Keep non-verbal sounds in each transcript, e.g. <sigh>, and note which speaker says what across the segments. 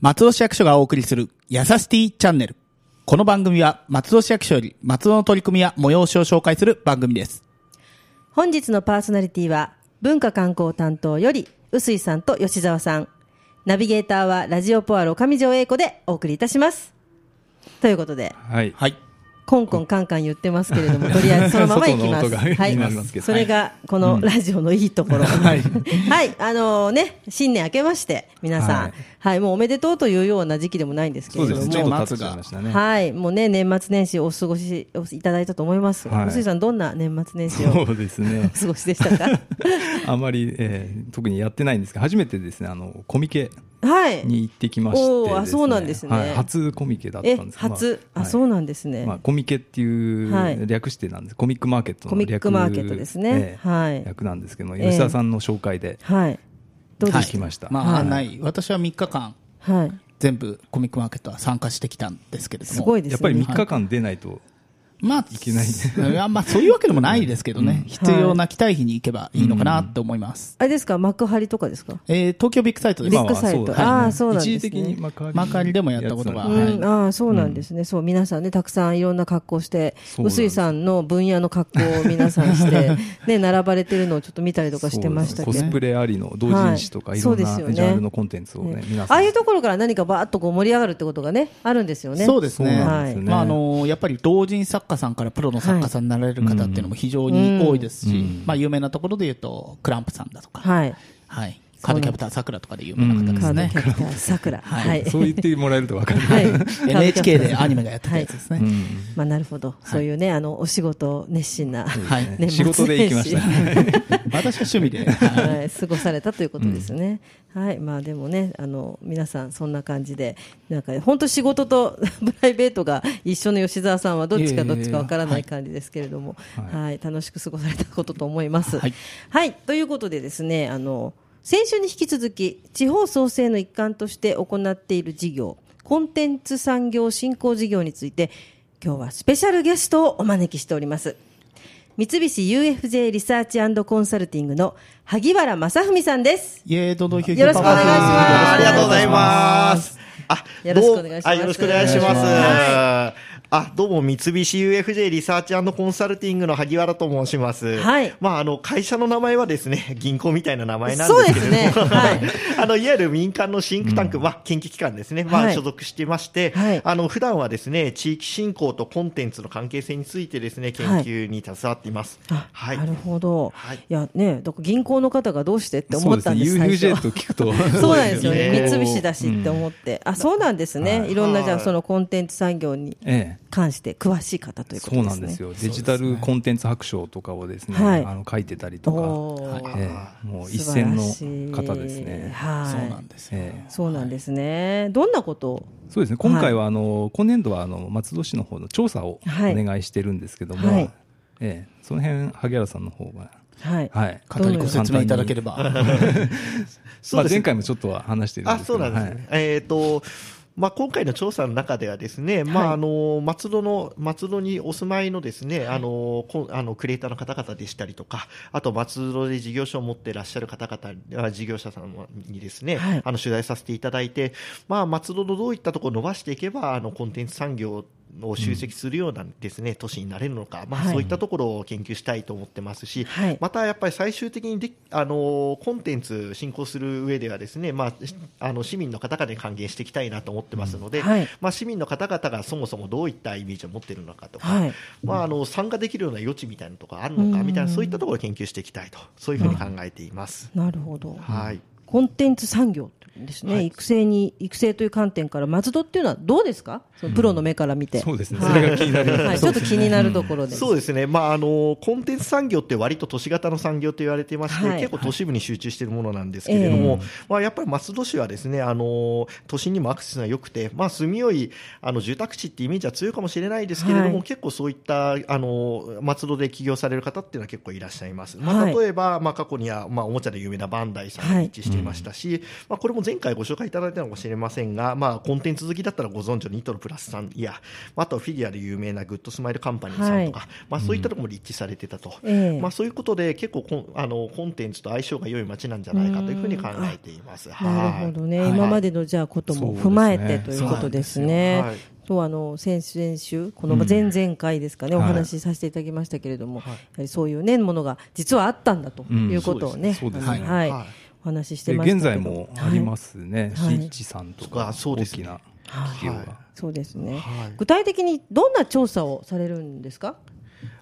Speaker 1: 松戸市役所がお送りする、やさしティチャンネル。この番組は、松戸市役所より、松戸の取り組みや催しを紹介する番組です。
Speaker 2: 本日のパーソナリティは文化観光担当より臼井さんと吉澤さんナビゲーターはラジオポアロ上条英子でお送りいたしますということで
Speaker 3: はい。
Speaker 1: はい。
Speaker 2: コンコンカンカン言ってますけれどもとりあえずそのままいきます
Speaker 3: 外の音が
Speaker 2: はい
Speaker 3: 気になりますけど
Speaker 2: それがこのラジオのいいと
Speaker 3: <laughs>
Speaker 2: ころ、はいあのね新年明けまして皆さん、は
Speaker 3: はいい
Speaker 2: もうおめでとうというような時期でもないんですけ
Speaker 3: そ
Speaker 2: れ
Speaker 3: う
Speaker 2: ども
Speaker 3: ですね。ちょっと経っちゃいましたね。
Speaker 2: はい、もうね年末年始お過ごしいただいたと思いますが、
Speaker 3: はい
Speaker 2: 臼井さんどんな年末年始
Speaker 3: <laughs>
Speaker 2: を
Speaker 3: そうですね
Speaker 2: <laughs> お。過ごしでしたか
Speaker 3: あまり、えー特にやってないんですが、初めてですね、あの、コミケ
Speaker 2: はい
Speaker 3: に行ってきましてですね、
Speaker 2: おーあそうなんですね
Speaker 3: はい初コミケだった
Speaker 2: え
Speaker 3: んですが
Speaker 2: 初、
Speaker 3: ま
Speaker 2: あ
Speaker 3: あ
Speaker 2: そううなんですね、
Speaker 3: まあ、コミケってい
Speaker 2: はいう
Speaker 3: 略してなんです、コミックマーケットの
Speaker 2: コミック
Speaker 3: 略
Speaker 2: マーケットですね
Speaker 3: ええ
Speaker 2: はい
Speaker 3: 略なんですけども、
Speaker 2: ええ
Speaker 3: 吉田さんの紹介で、
Speaker 2: はいどうで
Speaker 3: は
Speaker 2: し
Speaker 3: い聞きました
Speaker 1: まあ、
Speaker 2: はい
Speaker 1: ない。私は3日間、
Speaker 2: たはい、
Speaker 1: 全部コミックマーケットは参加してきたんですけれども。
Speaker 2: すごいですね
Speaker 3: やっぱり3日間出ないと、
Speaker 1: まあ、
Speaker 3: いけない
Speaker 1: ね。や、まあ、そういうわけでもないですけどね。必要な期待費に行けばいいのかなと思います。
Speaker 2: あれですか幕張とかですか
Speaker 1: えー、東京ビッグサイトです。
Speaker 2: ビッ
Speaker 3: 今
Speaker 2: グ
Speaker 3: は
Speaker 2: サイト、
Speaker 3: そうですね
Speaker 2: ああそうなん
Speaker 3: 一
Speaker 2: で
Speaker 3: 時
Speaker 2: す
Speaker 3: 的
Speaker 2: ね
Speaker 3: に幕張
Speaker 1: 幕張でもやったことが
Speaker 3: やつなんで
Speaker 1: はい
Speaker 2: うん、ああそうなんですね、そう皆さんねたくさんいろんな格好して
Speaker 3: そうなんです
Speaker 2: 臼井さんの分野の格好を皆さんして
Speaker 3: <laughs>
Speaker 2: ね並ばれてるのをちょっと見たりとかしてました
Speaker 3: そ
Speaker 2: け
Speaker 3: うですねコス
Speaker 2: ど
Speaker 3: プレありの同人誌とか、
Speaker 2: はい
Speaker 3: いろんな
Speaker 2: そうで
Speaker 3: ジ
Speaker 2: すよね
Speaker 3: ャンルのコンテンツをね、
Speaker 2: ね
Speaker 3: 皆
Speaker 2: あ
Speaker 3: さん
Speaker 2: あいうところから何かバーッとこう盛り上がるってことがねあるんですよね
Speaker 1: そうですね。
Speaker 3: そう
Speaker 2: なんですよ
Speaker 3: ね
Speaker 1: まあ、あのーやっぱり同人作家さんからプロの作家さんになられる方っていうのも非常に多いですし、まあ、有名なところで言うと、クランプさんだとか、
Speaker 2: はい
Speaker 1: はい。カードキャプターさくらとかで有名な方で
Speaker 2: カ
Speaker 1: す
Speaker 2: ード
Speaker 1: ね
Speaker 2: キ。ャプターさくら
Speaker 1: はい
Speaker 2: はい
Speaker 3: そう言ってもらえると分かる。
Speaker 2: はい
Speaker 1: <laughs> NHK でアニメがやってたやつですね。
Speaker 2: まあ、なるほど、そういうね、あのお仕事熱心な、
Speaker 1: はい。
Speaker 2: 年末
Speaker 3: 仕事で行きました
Speaker 2: 年始
Speaker 1: <laughs> 私は趣味で。はい
Speaker 2: はい、過ごされたということですね。はい、まあ、でもね、あの皆さんそんな感じで、なんか本当仕事と <laughs> プライベートが一緒の吉澤さんはどっち
Speaker 1: い
Speaker 2: か
Speaker 1: えいえ
Speaker 2: どっちかわからな
Speaker 1: はいい
Speaker 2: 感じですけれども、はい、
Speaker 3: い
Speaker 2: 楽しく過ごされたことと思います。は
Speaker 1: はいい、
Speaker 2: ということでですね、あの先週に引き続き地方創生の一環として行っている事業。コンテンツ産業振興事業について今日はスペシャルゲストをお招きしております三菱 UFJ リサーチコンサルティングの萩原正文さんです。
Speaker 1: イエーイ、どんどんヒューヒ
Speaker 2: よ
Speaker 1: ュ
Speaker 2: ろ
Speaker 1: ー
Speaker 2: しく
Speaker 1: パ
Speaker 2: お
Speaker 1: ワ。
Speaker 2: 願いします。
Speaker 4: ありがとうございますす。あ、
Speaker 2: よろしくお願い
Speaker 4: どう
Speaker 2: します
Speaker 4: あよろしくお願いし
Speaker 2: お願い
Speaker 4: ま
Speaker 2: し
Speaker 4: す。
Speaker 2: ま
Speaker 4: あ、どうも、三菱 UFJ リサーチコンサルティングの萩原と申します。
Speaker 2: はい
Speaker 4: まあ、あの、会社の名前はですね、 <laughs> 銀行みたいな名前なん
Speaker 2: そう
Speaker 4: で
Speaker 2: ですす
Speaker 4: けれ
Speaker 2: ね。
Speaker 4: ど <laughs> も、
Speaker 2: はい。
Speaker 4: あの、いわゆる民間のシンクタンク、まあ、研究機関ですね、ま
Speaker 2: は
Speaker 4: あ、
Speaker 2: い
Speaker 4: 所属してまして、
Speaker 2: はい
Speaker 4: あの、普段はですね、地域振興とコンテンツの関係性についてですね、研究に携わっています。
Speaker 2: あ
Speaker 4: はい
Speaker 2: な。るほど。
Speaker 4: はいい、
Speaker 2: やね、だから銀行の方がどうしてって
Speaker 3: そ
Speaker 2: 思
Speaker 3: う
Speaker 2: っ
Speaker 3: で
Speaker 2: た
Speaker 3: す
Speaker 2: ん
Speaker 3: ね、
Speaker 2: です。最初
Speaker 3: UFJ と聞くと、
Speaker 2: <laughs>
Speaker 3: <laughs>
Speaker 2: そうなんですよね。三
Speaker 4: そうですね
Speaker 2: 菱だしって思って。あ、そうなんですね。いろんなじゃあ
Speaker 4: はい
Speaker 2: そのコンテンツ産業に
Speaker 3: ええ、
Speaker 2: 関して詳しい方ということ
Speaker 3: そ
Speaker 2: で
Speaker 3: う
Speaker 2: すね。
Speaker 3: なんです。よ、デジタルコンテンツ白書とかをですね、
Speaker 2: はい
Speaker 3: あの書いてたりとか、
Speaker 2: おー
Speaker 3: ええもう一
Speaker 2: 素晴
Speaker 3: 線
Speaker 2: ら
Speaker 3: の
Speaker 2: しい
Speaker 3: 方ですね。
Speaker 2: はい。
Speaker 1: そうなんですよ。
Speaker 3: ええ
Speaker 2: そうなんですね。どんなことを
Speaker 3: そうですね今回はあの、今年度はあの松戸市の方の調査をお
Speaker 2: はい
Speaker 3: 願いしてるんですけども、
Speaker 2: はい
Speaker 3: ええ、その辺萩原さんの方が、
Speaker 2: はい。
Speaker 3: はい、
Speaker 1: 簡単にご説明いただければ。
Speaker 3: まあ、前回もちょっとは話してるん
Speaker 4: あ、
Speaker 3: ですけ
Speaker 4: そう
Speaker 3: ど
Speaker 4: なんですね。
Speaker 3: はい
Speaker 4: えっ、と、まあ、今回の調査の中ではですね、まあ、あの、松戸の、松戸にお住まいのですね、あの、こあの、クリエイターの方々でしたりとか、あと、松戸で事業所を持ってらっしゃる方々、あ事業者さんにですね、
Speaker 2: はい
Speaker 4: あの、取材させていただいて、まあ、松戸のどういったところを伸ばしていけば、あの、コンテンツ産業を集積するようなですね、都市になれるのか、まあ、
Speaker 2: はい
Speaker 4: そういったところを研究したいと思ってますし、
Speaker 2: はい
Speaker 4: またやっぱり最終的にであのコンテンツ進行する上ではですね、まあ、しあの市民の方々に還元していきたいなと思ってますので、
Speaker 2: はい
Speaker 4: まあ、市民の方々がそもそもどういったイメージを持っているのかとか、
Speaker 2: はい
Speaker 4: まあ、あの参加できるような余地みたいなとかあるの
Speaker 2: う
Speaker 4: か
Speaker 2: ん
Speaker 4: みたいなそういったところを研究していきたいとそういうふうに考えています。
Speaker 2: なるほど。
Speaker 4: はい
Speaker 2: コンテンツ産業ですね、
Speaker 4: はい
Speaker 2: 育成に育成という観点から松戸っていうのはどうですかそのプロの目から見て、
Speaker 3: そうですね
Speaker 2: はい
Speaker 3: それが気になります
Speaker 2: はい、ちょっと気になるところです、
Speaker 4: そうですね、まああの、コンテンツ産業って割と都市型の産業と言われてまして、
Speaker 2: はい
Speaker 4: 結構都市部に集中しているものなんですけれども、まあ、やっぱり松戸市はですねあの都心にもアクセスが良くて、まあ、住みよいあの住宅地ってイメージは強いかもしれないですけれども、
Speaker 2: はい
Speaker 4: 結構そういったあの松戸で起業される方っていうのは結構いらっしゃいます。ま
Speaker 2: は
Speaker 4: あ、
Speaker 2: い
Speaker 4: 例えば、まあ、過去には、まあ、おもちゃで有名なバンダイさんに一致していりましたし、まあ、これも前回ご紹介いただいたのかもしれませんが、まあ、コンテンツ好きだったらご存知のニトロプラスさんや、まあ、あとはフィギュアで有名なグッドスマイルカンパニーさんとか、
Speaker 2: は
Speaker 4: まあ、そういったところも立地されてたと、
Speaker 2: ええ
Speaker 4: まあ、そういうことで結構コンあのコンテンツと相性が良い街なんじゃないかというふうに考えています。
Speaker 2: なるほどね、
Speaker 4: はい
Speaker 2: 今までのじゃあことも踏まえてということですね。
Speaker 4: そうですね
Speaker 2: そうあの先々週、この前々回ですかね、お話しさせていただきましたけれども、やはりそういう、ね、ものが実はあったんだということをね、
Speaker 3: そうです
Speaker 2: あ
Speaker 3: ね
Speaker 2: の
Speaker 3: は
Speaker 2: はい
Speaker 4: はい
Speaker 2: お話しして
Speaker 3: で
Speaker 2: ましたけど
Speaker 3: 現在もありますね、
Speaker 2: はい
Speaker 3: リッチさんと
Speaker 4: あ
Speaker 3: か
Speaker 4: そうで
Speaker 3: 大
Speaker 4: す
Speaker 3: き
Speaker 4: ね
Speaker 3: な
Speaker 2: はい
Speaker 3: 企業が、
Speaker 4: はい
Speaker 2: そうですね、
Speaker 4: はい
Speaker 2: 具体的にどんな調査をされるんですか、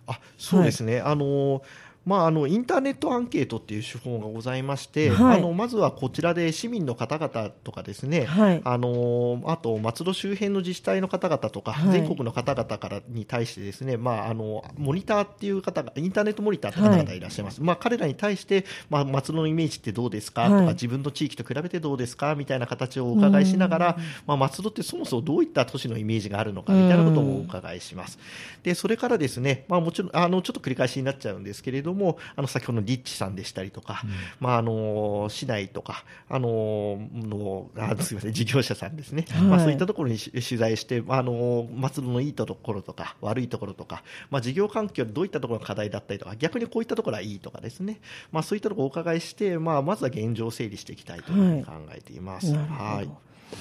Speaker 4: あそうですね、あのまあ、あのインターネットアンケートっていう手法がございまして、
Speaker 2: はい
Speaker 4: あのまずはこちらで市民の方々とかですね、
Speaker 2: はい
Speaker 4: あのあと松戸周辺の自治体の方々とか、
Speaker 2: はい
Speaker 4: 全国の方々からに対してですね、まあ、あのモニターっていう方がインターネットモニターって方々いらっしゃいます、まあ、彼らに対して、まあ、松戸のイメージってどうですかとか、
Speaker 2: はい
Speaker 4: 自分の地域と比べてどうですかみたいな形をお伺いしながら、まあ、松戸ってそもそもどういった都市のイメージがあるのかみたいなこともお伺いします。でそれからですね、まあ、もちろんあのちょっと繰り返しになっちゃうんですけれどもあの先ほどのリッチさんでしたりとか、まあ、あの市内とかあののあすみません事業者さんですね、
Speaker 2: はい
Speaker 4: まあ、そういったところにし取材してあの松戸のいいところとか悪いところとか、まあ、事業環境どういったところが課題だったりとか逆にこういったところはいいとかですね、まあ、そういったところをお伺いして、まあ、まずは現状を整理していきたいというふうに考えています。
Speaker 2: なる
Speaker 4: は
Speaker 2: ほ
Speaker 4: い
Speaker 2: ど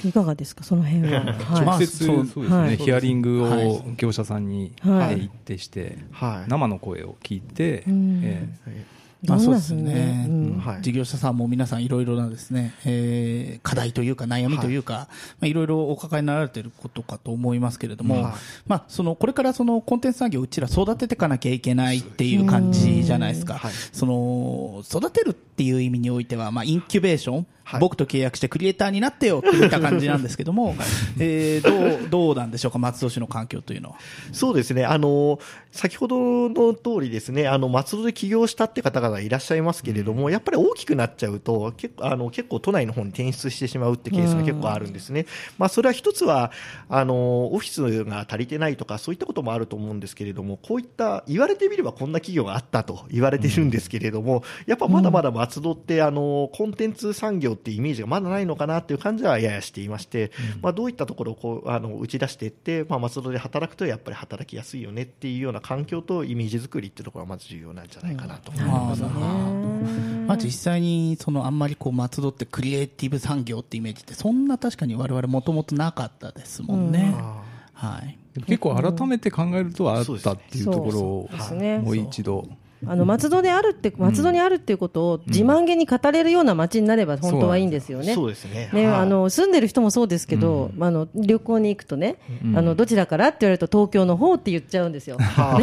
Speaker 2: いかがですか、その辺は。
Speaker 3: <laughs>
Speaker 1: ま
Speaker 3: 直
Speaker 1: あ
Speaker 3: 接
Speaker 1: そ
Speaker 3: そううですね、
Speaker 2: はい
Speaker 3: ヒアリング
Speaker 1: はい
Speaker 3: を業者さんに、
Speaker 2: はい
Speaker 3: えー行ってして、
Speaker 4: はい
Speaker 3: 生の声を聞いて、
Speaker 2: うん
Speaker 3: え
Speaker 1: まあ
Speaker 2: どんな
Speaker 1: そうですね
Speaker 2: ふうにうん
Speaker 4: はい
Speaker 1: 事業者さんも皆さんいろいろなですね、えー課題というか悩みというか、いまあ、いろいろお抱えになられていることかと思いますけれども、
Speaker 4: はい
Speaker 1: まあ、そのこれからそのコンテンツ産業をうちら育てていかなきゃいけないっていう感じじゃないですか、
Speaker 4: はい
Speaker 1: その育てるっていう意味においては、まあ、インキュベーション、
Speaker 4: はい
Speaker 1: 僕と契約してクリエイターになってよっていった感じなんですけども、えーどうどうなんでしょうか松戸市の環境というのは。
Speaker 4: そうですね、あの先ほどの通りですね、あの松戸で起業したって方々いらっしゃいますけれども、やっぱり大きくなっちゃうと、結構あの結構都内の方に転出してしまうってケースが結構あるんですね。まあそれは一つはあのオフィスが足りてないとかそういったこともあると思うんですけれども、こういった言われてみればこんな企業があったと言われているんですけれども、やっぱまだまだ松戸ってあのコンテンツ産業ってイメージがまだないのかなっていう感じはややしていまして、まあどういったところをこうあの打ち出していって、まあ松戸で働くとやっぱり働きやすいよねっていうような環境とイメージ作りっていうところがまず重要なんじゃないかなと思います。
Speaker 1: あーなるほどまあ、実際にそのあんまりこう松戸ってクリエイティブ産業ってイメージってそんな確かに我々もともとなかったですもんね、
Speaker 4: あー
Speaker 1: はい、
Speaker 3: ー結構改めて考えるとあったっていうところを
Speaker 2: そうですね
Speaker 3: もう一度、
Speaker 2: あの松戸であるって松戸にあるっていうことを自慢げに語れるような街になれば本当はいいんですよね。
Speaker 4: そうですね。
Speaker 2: ね、
Speaker 4: はい
Speaker 2: あの住んでる人もそうですけど、まああの旅行に行くとね、あのどちらからって言われると東京の方って言っちゃうんですよ。 <laughs> あ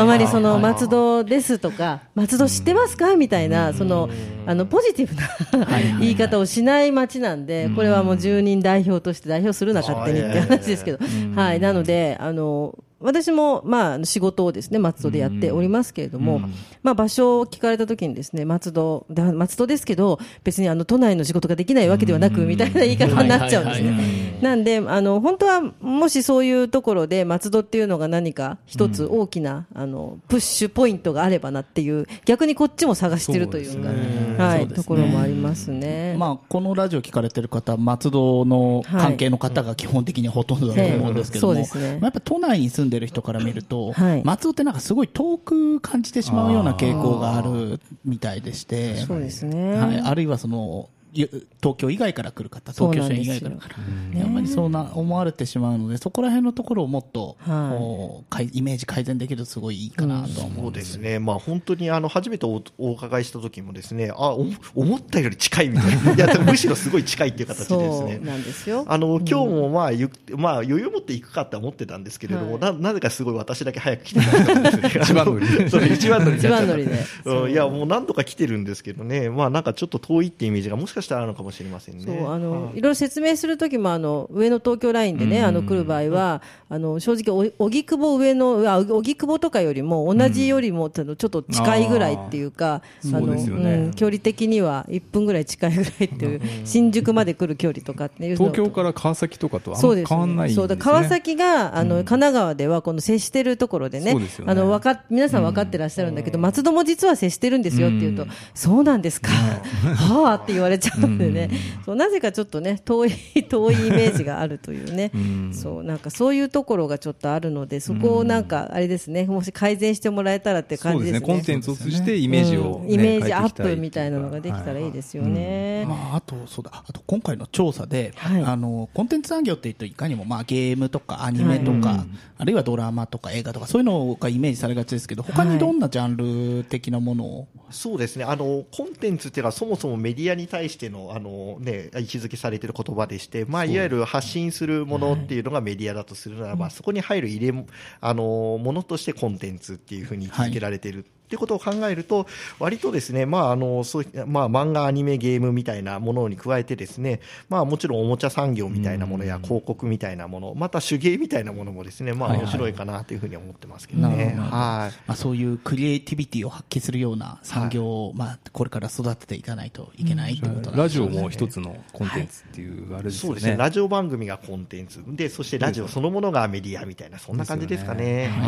Speaker 4: あ
Speaker 2: まりその松戸ですとか松戸知ってますかみたいなそのあのポジティブな言い方をしない街なんでこれはもう住人代表として代表するな勝手にっ
Speaker 4: あー
Speaker 2: て話ですけどはいなのであの私もまあ仕事をですね松戸でやっておりますけれどもまあ場所を聞かれた時にですね松戸だ松戸ですけど別にあの都内の仕事ができないわけではなくみたいな言い方になっちゃうんですね
Speaker 5: はいはいはい。
Speaker 2: なんであの本当はもしそういうところで松戸っていうのが何か一つ大きな、あのプッシュポイントがあればなっていう逆にこっちも探してるというか
Speaker 1: そで
Speaker 2: はいう
Speaker 1: すね
Speaker 2: ところもありますね。
Speaker 1: まあ、このラジオ聞かれてる方松戸の関係の方が基本的にほとんどだと思うんですけども、
Speaker 2: ええそうですね
Speaker 1: まあやっぱ都内に住んでる人から見ると、
Speaker 2: はい
Speaker 1: 松戸ってなんかすごい遠く感じてしまうような傾向があるみたいでして
Speaker 2: そうですね
Speaker 1: はい、あるいはそのゆ東京以外から来る方東京
Speaker 2: そう
Speaker 1: 市
Speaker 2: なん
Speaker 1: 内以
Speaker 2: ですよ
Speaker 1: 外から来るやっぱりそうな思われてしまうのでそこら辺のところをもっと、
Speaker 2: はい
Speaker 1: こうかいイメージ改善できるとすごいいいかなとは思う
Speaker 4: そ
Speaker 1: ん
Speaker 4: う
Speaker 1: で
Speaker 4: ですすね、まあ、本当にあの初めておお伺いした時もですねあお思ったより近いみたいな、いやむしろすごい近いっていう形でです
Speaker 2: そう
Speaker 4: ね。
Speaker 2: なんですよ。
Speaker 4: あの今日もまあゆ、まあ、余裕を持っていくかって思ってたんですけれども、
Speaker 2: はい
Speaker 4: ななぜかすごい私だけ早く来てた
Speaker 3: 一番乗り
Speaker 4: <laughs> そう一番乗りになっちゃった
Speaker 2: 一番乗りで
Speaker 4: うんいやもう何度か来てるんですけどね、まあ、なんかちょっと遠いってイメージがもしかかしたらあるのかもしれませんね。
Speaker 2: そうあの、
Speaker 4: はい
Speaker 2: い、ろいろ説明するときもあの上野東京ラインでね、あの来る場合は、あの正直お荻窪上野あ荻窪とかよりも同じよりも、あのちょっと近いぐらいっていうか
Speaker 3: あーそう
Speaker 2: の
Speaker 3: ですよね
Speaker 2: ん距離的には1分ぐらい近いぐらいっていう、新宿まで来る距離とかっていうの
Speaker 3: 東京から川崎とかとあん
Speaker 2: そう
Speaker 3: ま
Speaker 2: です
Speaker 3: 変わんないんです、ね、
Speaker 2: そうだ川崎があの、神奈川ではこの接してるところでね
Speaker 3: そうですよね
Speaker 2: あのわか皆さん分かってらっしゃるんだけど、松戸も実は接してるんですよって言うと、そうなんですか、 <laughs> はあって言われちゃうんでね、そうなぜかちょっとね遠い <laughs> 遠いイメージがあるというね、そうなんかそういうところがちょっとあるのでそこをなんかあれですねもし改善してもらえたらって感
Speaker 3: そう
Speaker 2: じで
Speaker 3: で
Speaker 2: すすね
Speaker 3: ねコンテンツを通じてイメージをね、
Speaker 2: うんイメージ
Speaker 3: 変
Speaker 2: アッ
Speaker 3: えてきたり
Speaker 2: プみたいなのができたらいいですよね。
Speaker 1: まあ、あと、そうだ、あと今回の調査で、
Speaker 2: はい
Speaker 1: あのコンテンツ産業っていうと、いかにも、まあ、ゲームとかアニメとか、あるいはドラマとか映画とか、そういうのがイメージされがちですけど、他
Speaker 2: は
Speaker 1: に
Speaker 2: い
Speaker 1: どんなジャンル的なものを、
Speaker 4: そうですねあのコンテンツっていうのはそもそもメディアに対してのあの、ね、位置づけされてる言葉でして、まあ、いわゆる発信するものっていうのがメディアだとするならば、そこに入る入れもあのものとしてコンテンツっていうふうに位置づけられてる。ってことを考えると、割とですね、まあ、あの、そういまあ、漫画、アニメ、ゲームみたいなものに加えてですね、まあ、もちろんおもちゃ産業みたいなものや広告みたいなもの、また手芸みたいなものもですね、まあ、面白いかなというふうに思ってますけど
Speaker 1: なる
Speaker 4: ね。
Speaker 1: ほど
Speaker 4: はい。
Speaker 1: まあ、そういうクリエイティビティを発揮するような産業を、まあ、これから育てていかないといけないってことなんですね
Speaker 3: ラジオも一つのコンテンツっていうあれです
Speaker 4: そ
Speaker 3: よ
Speaker 4: うですね
Speaker 3: ね。
Speaker 4: ラジオ番組がコンテンツで、そしてラジオそのものがメディアみたいな、そんな感じですかね。は
Speaker 2: ね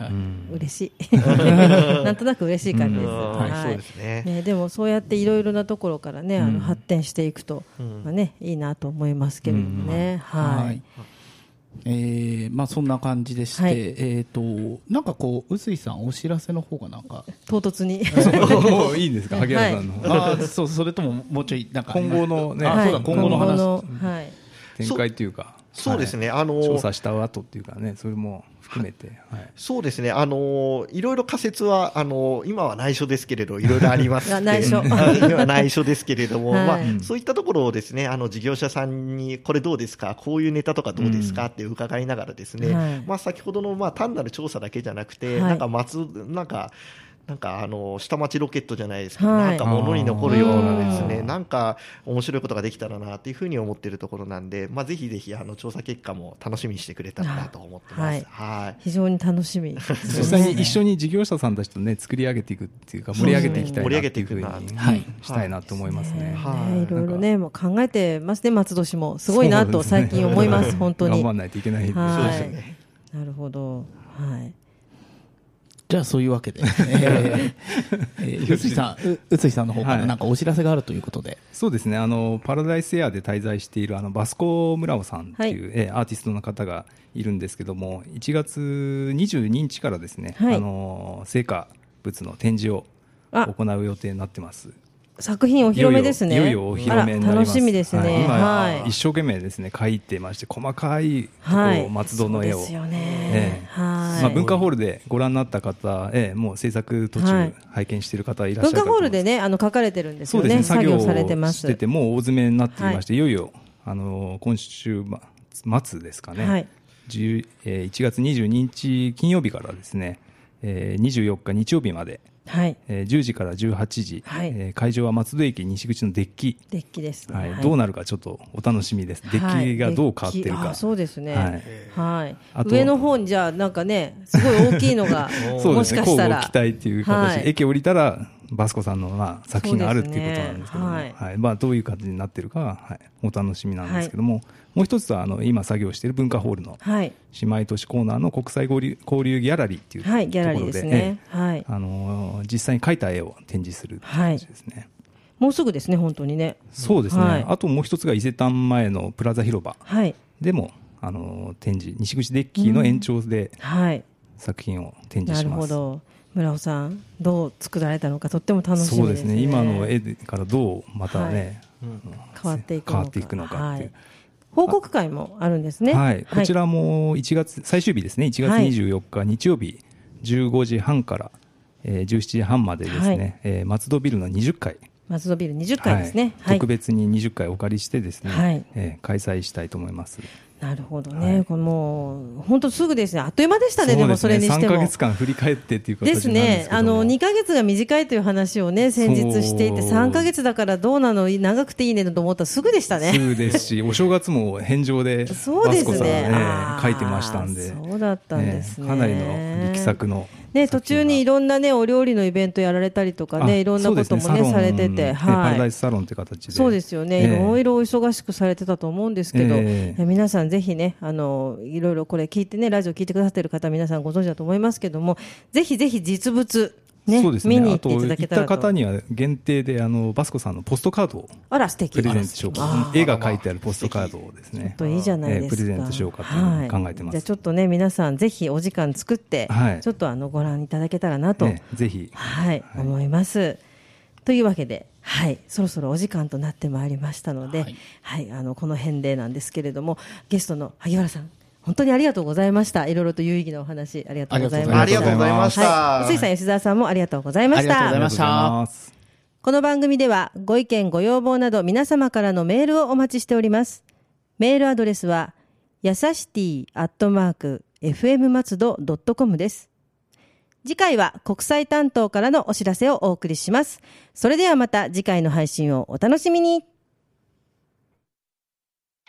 Speaker 1: は
Speaker 2: 嬉しい
Speaker 3: <laughs>
Speaker 2: なんとなく嬉しい感じです、
Speaker 4: うん
Speaker 2: はい
Speaker 4: はいそうですね
Speaker 2: でもそうやっていろいろなところからね、あの発展していくと、まあねいいなと思いますけれどもね、はい、
Speaker 1: はい。えー、まあそんな感じでして、
Speaker 2: はい
Speaker 1: えっ、と、なんかこう、臼井さん、お知らせの方がなんか、 <laughs>
Speaker 2: 唐突に
Speaker 3: <laughs>
Speaker 2: <laughs>
Speaker 3: もういいんですか、萩原さんの方。
Speaker 1: あーそう、それとももうちょい、なんか、
Speaker 3: 今後のね、
Speaker 1: あそうだ
Speaker 2: <laughs> はい
Speaker 1: 今後の話
Speaker 2: 今後のはい
Speaker 3: 展開というか、
Speaker 4: そうですね
Speaker 3: はい
Speaker 4: あのー
Speaker 3: 調査した後っていうかね、それも含めて、はい
Speaker 4: そうですね、あのーいろいろ仮説は、あのー今は内緒ですけれど、いろいろありま
Speaker 2: <laughs>
Speaker 4: す
Speaker 2: あ内緒
Speaker 4: <laughs> 今内緒ですけれ
Speaker 2: <laughs>
Speaker 4: ども、
Speaker 2: はい
Speaker 4: まあ、そういったところをですね、あの、事業者さんに、これどうですか、こういうネタとかどうですかって伺いながらですね、
Speaker 2: はい
Speaker 4: まあ、先ほどの、まあ、単なる調査だけじゃなくて、
Speaker 2: はい
Speaker 4: なんか、松、なんか、なんかあの下町ロケットじゃないですけど、
Speaker 2: はい
Speaker 4: なんか物に残るようなです
Speaker 2: う
Speaker 4: ね、
Speaker 2: ん
Speaker 4: なんか面白いことができたらなっていうふうに思っているところなんで、まあぜひぜひあの調査結果も楽しみにしてくれたらなと思ってます。
Speaker 2: はい
Speaker 4: はい。
Speaker 2: 非常に楽しみですね
Speaker 3: 実際に一緒に事業者さんたちとね、作り上げていくっていうか、盛り上げていきたいなっていうふうに
Speaker 4: 盛り上げていくな
Speaker 1: はい
Speaker 3: したいなと思いますね。
Speaker 4: は
Speaker 2: ねいろいろ
Speaker 3: な
Speaker 2: ねもう考えてますね松戸市もすごいなと最近思います本当に
Speaker 3: 頑張らないといけないですね
Speaker 2: はい
Speaker 4: そうですね
Speaker 2: なるほどはい
Speaker 1: じゃあそういうわけ
Speaker 2: <laughs>
Speaker 1: で、えーえー、臼井さん、う臼井さんの方から
Speaker 3: はい
Speaker 1: なんかお知らせがあるということで、
Speaker 3: そうですねあのパラダイスエアで滞在しているあのバスコ・ムラオさんっていう、えーアーティストの方がいるんですけども1月22日からですね、
Speaker 2: はい
Speaker 3: あの成果物の展示を
Speaker 2: あ
Speaker 3: 行う予定になってます。
Speaker 2: 作品お披露目ですね
Speaker 3: いよいよいよお披露目にな
Speaker 2: あ
Speaker 3: り
Speaker 2: ら
Speaker 3: ま
Speaker 2: 楽
Speaker 3: す。
Speaker 2: しみです
Speaker 3: はい
Speaker 2: ね
Speaker 3: 今、
Speaker 2: はい
Speaker 3: 一生懸命ですね書いてまして細かいとこ
Speaker 2: はい
Speaker 3: を松戸の絵
Speaker 2: そ
Speaker 3: を、
Speaker 2: うですよね
Speaker 3: ええ
Speaker 2: はい
Speaker 3: まあ文化ホールでご覧になった方、ええ、もう制作途
Speaker 2: は
Speaker 3: 中
Speaker 2: い
Speaker 3: 拝見している方いらっし
Speaker 2: 文
Speaker 3: ゃるか
Speaker 2: 化
Speaker 3: と思
Speaker 2: ホー
Speaker 3: います
Speaker 2: ルでね、あの書かれてるんです
Speaker 3: そう
Speaker 2: よ
Speaker 3: です
Speaker 2: ね。
Speaker 3: ね、
Speaker 2: 作
Speaker 3: 作業
Speaker 2: 業
Speaker 3: を
Speaker 2: されてま
Speaker 3: し
Speaker 2: す。
Speaker 3: てて、もう大詰めになっていまして、い、よいよ、あのー今週ま末ですかね、
Speaker 2: はい
Speaker 3: 10えー1月22日金曜日からですね、えー24日日曜日まで、
Speaker 2: はい、
Speaker 3: えー10時から18時、
Speaker 2: はい
Speaker 3: えー会場は松戸駅西口のデッキ、
Speaker 2: デッキですね。
Speaker 3: はいどうなるかちょっとお楽しみです、デッキがどう変わ
Speaker 2: は
Speaker 3: ってる
Speaker 2: いデッキ
Speaker 3: か。
Speaker 2: あそうですね。
Speaker 3: はい
Speaker 2: はい。
Speaker 3: あと
Speaker 2: 上の方にじゃあなんかね、すごい大きいのが
Speaker 3: <laughs> そう
Speaker 2: も
Speaker 3: で
Speaker 2: し
Speaker 3: すね、
Speaker 2: か
Speaker 3: 交
Speaker 2: した
Speaker 3: 互
Speaker 2: ら
Speaker 3: 期待っていう形で、
Speaker 2: はい
Speaker 3: 駅降りたら、バスコさんのまあ作品があるっていうことなんですけども、
Speaker 2: そうですね
Speaker 3: はいまあ、どういう感じになってるかは、はい、お楽しみなんですけども、もう一つはあの今、作業している文化ホールの
Speaker 2: はい
Speaker 3: 姉妹都市コーナーの国際交流交流ギャラリーっていうとこ
Speaker 2: は
Speaker 3: ろで、
Speaker 2: いギャラリーですね。
Speaker 3: ええ
Speaker 2: はい。
Speaker 3: あのー実際に描いた絵を展示するっていう感じですね。
Speaker 2: もうすぐですね、本当にね。
Speaker 3: そうですね、
Speaker 2: はい
Speaker 3: あともう一つが伊勢丹前のプラザ広場
Speaker 2: はい
Speaker 3: でも、あのー展示西口デッキの延長で
Speaker 2: はい。
Speaker 3: 作品を展示
Speaker 2: な
Speaker 3: し
Speaker 2: る
Speaker 3: ま
Speaker 2: ほ
Speaker 3: す、
Speaker 2: ど。村尾さんどう作られたのかとっても楽し
Speaker 3: そ
Speaker 2: み
Speaker 3: う
Speaker 2: で
Speaker 3: ですす
Speaker 2: ね。
Speaker 3: ね今の絵からどうまたね、
Speaker 2: 変わっていくのか。
Speaker 3: 変わっていくのかっていう、
Speaker 2: 報告会もあるんですね。
Speaker 3: はいこちらも1月最終日ですね1月
Speaker 2: はい
Speaker 3: 24日日曜日15時半から、えー17時半までですね、
Speaker 2: はい
Speaker 3: えー松戸ビルの20階
Speaker 2: 松戸ビル20階ですね。
Speaker 3: はい、特別に20回お借りしてですね、
Speaker 2: はい
Speaker 3: えー開催したいと思います。
Speaker 2: なるほど
Speaker 3: は
Speaker 2: ね。
Speaker 3: い
Speaker 2: これもう本当すぐですね。あっという間でしたね。でもそ
Speaker 3: そう
Speaker 2: れ
Speaker 3: です
Speaker 2: にし
Speaker 3: ね。
Speaker 2: て
Speaker 3: 3ヶ
Speaker 2: も。
Speaker 3: 月間振り返ってっていう形なん
Speaker 2: で
Speaker 3: です
Speaker 2: す
Speaker 3: けども
Speaker 2: ね、あの2か月が短いという話をね、先日していて、
Speaker 3: そう
Speaker 2: 3か月だからどうなの、長くていいねと思ったらすぐでしたね。
Speaker 3: すぐですし、お正月も返上で、
Speaker 2: そうです
Speaker 3: バスコさん
Speaker 2: ね
Speaker 3: ね
Speaker 2: あー
Speaker 3: 書いてましたんで、
Speaker 2: そうだったんですね
Speaker 3: かなりの力作の、
Speaker 2: ね、途中にい
Speaker 3: ろ
Speaker 2: ろんなね、お料理のイベントやられたりとかね、いろんなこともね、されてて、
Speaker 3: パ
Speaker 2: は
Speaker 3: ラダイ
Speaker 2: い。
Speaker 3: スサロンって形で、
Speaker 2: そうですよね、いろい
Speaker 3: ろ
Speaker 2: ろお忙しくされてたと思うんですけど、
Speaker 3: ええ
Speaker 2: え皆さん、ぜひねあの、いろいろこれ聞いてね、ラジオ聞いてくださってる方、皆さんご存知だと思いますけども、ぜひぜひ実物、ね
Speaker 3: そうです
Speaker 2: 見
Speaker 3: ね、
Speaker 2: に行
Speaker 3: あ
Speaker 2: っ
Speaker 3: と
Speaker 2: ていただ
Speaker 3: 行
Speaker 2: け
Speaker 3: った
Speaker 2: ら
Speaker 3: た
Speaker 2: と。
Speaker 3: 方には限定であのバスコさんのポストカードを
Speaker 2: あら、素敵
Speaker 3: プレゼントしようか、絵が描いてあるポストカードをです
Speaker 2: ちょ
Speaker 3: ね
Speaker 2: っ、といいじゃないですか。
Speaker 3: えープレゼントしようかというふうに考えてます
Speaker 2: はいじゃあちょっとね、皆さんぜひお時間作って、
Speaker 3: はい
Speaker 2: ちょっとあのご覧いただけたらなと、
Speaker 3: ええぜひ
Speaker 2: はい、思います。というわけで、はい、そろそろお時間となってまいりましたので、はい、あのこの辺でなんですけれども、ゲストの萩原さん、本当にありがとうございました。いろいろと有意義なお話ありがとうございました。
Speaker 4: ありがとうございました。
Speaker 2: はい、臼井さん、吉澤さんもありがとうございました。
Speaker 1: ありがとうございました
Speaker 3: ありがとうございます。
Speaker 2: この番組ではご意見ご要望など皆様からのメールをお待ちしております。メールアドレスはやさしティアットマーク FM 松戸ドットコムです。次回は国際担当からのお知らせをお送りします。それではまた次回の配信をお楽しみに。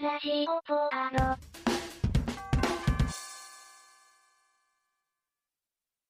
Speaker 5: ラジオポアド。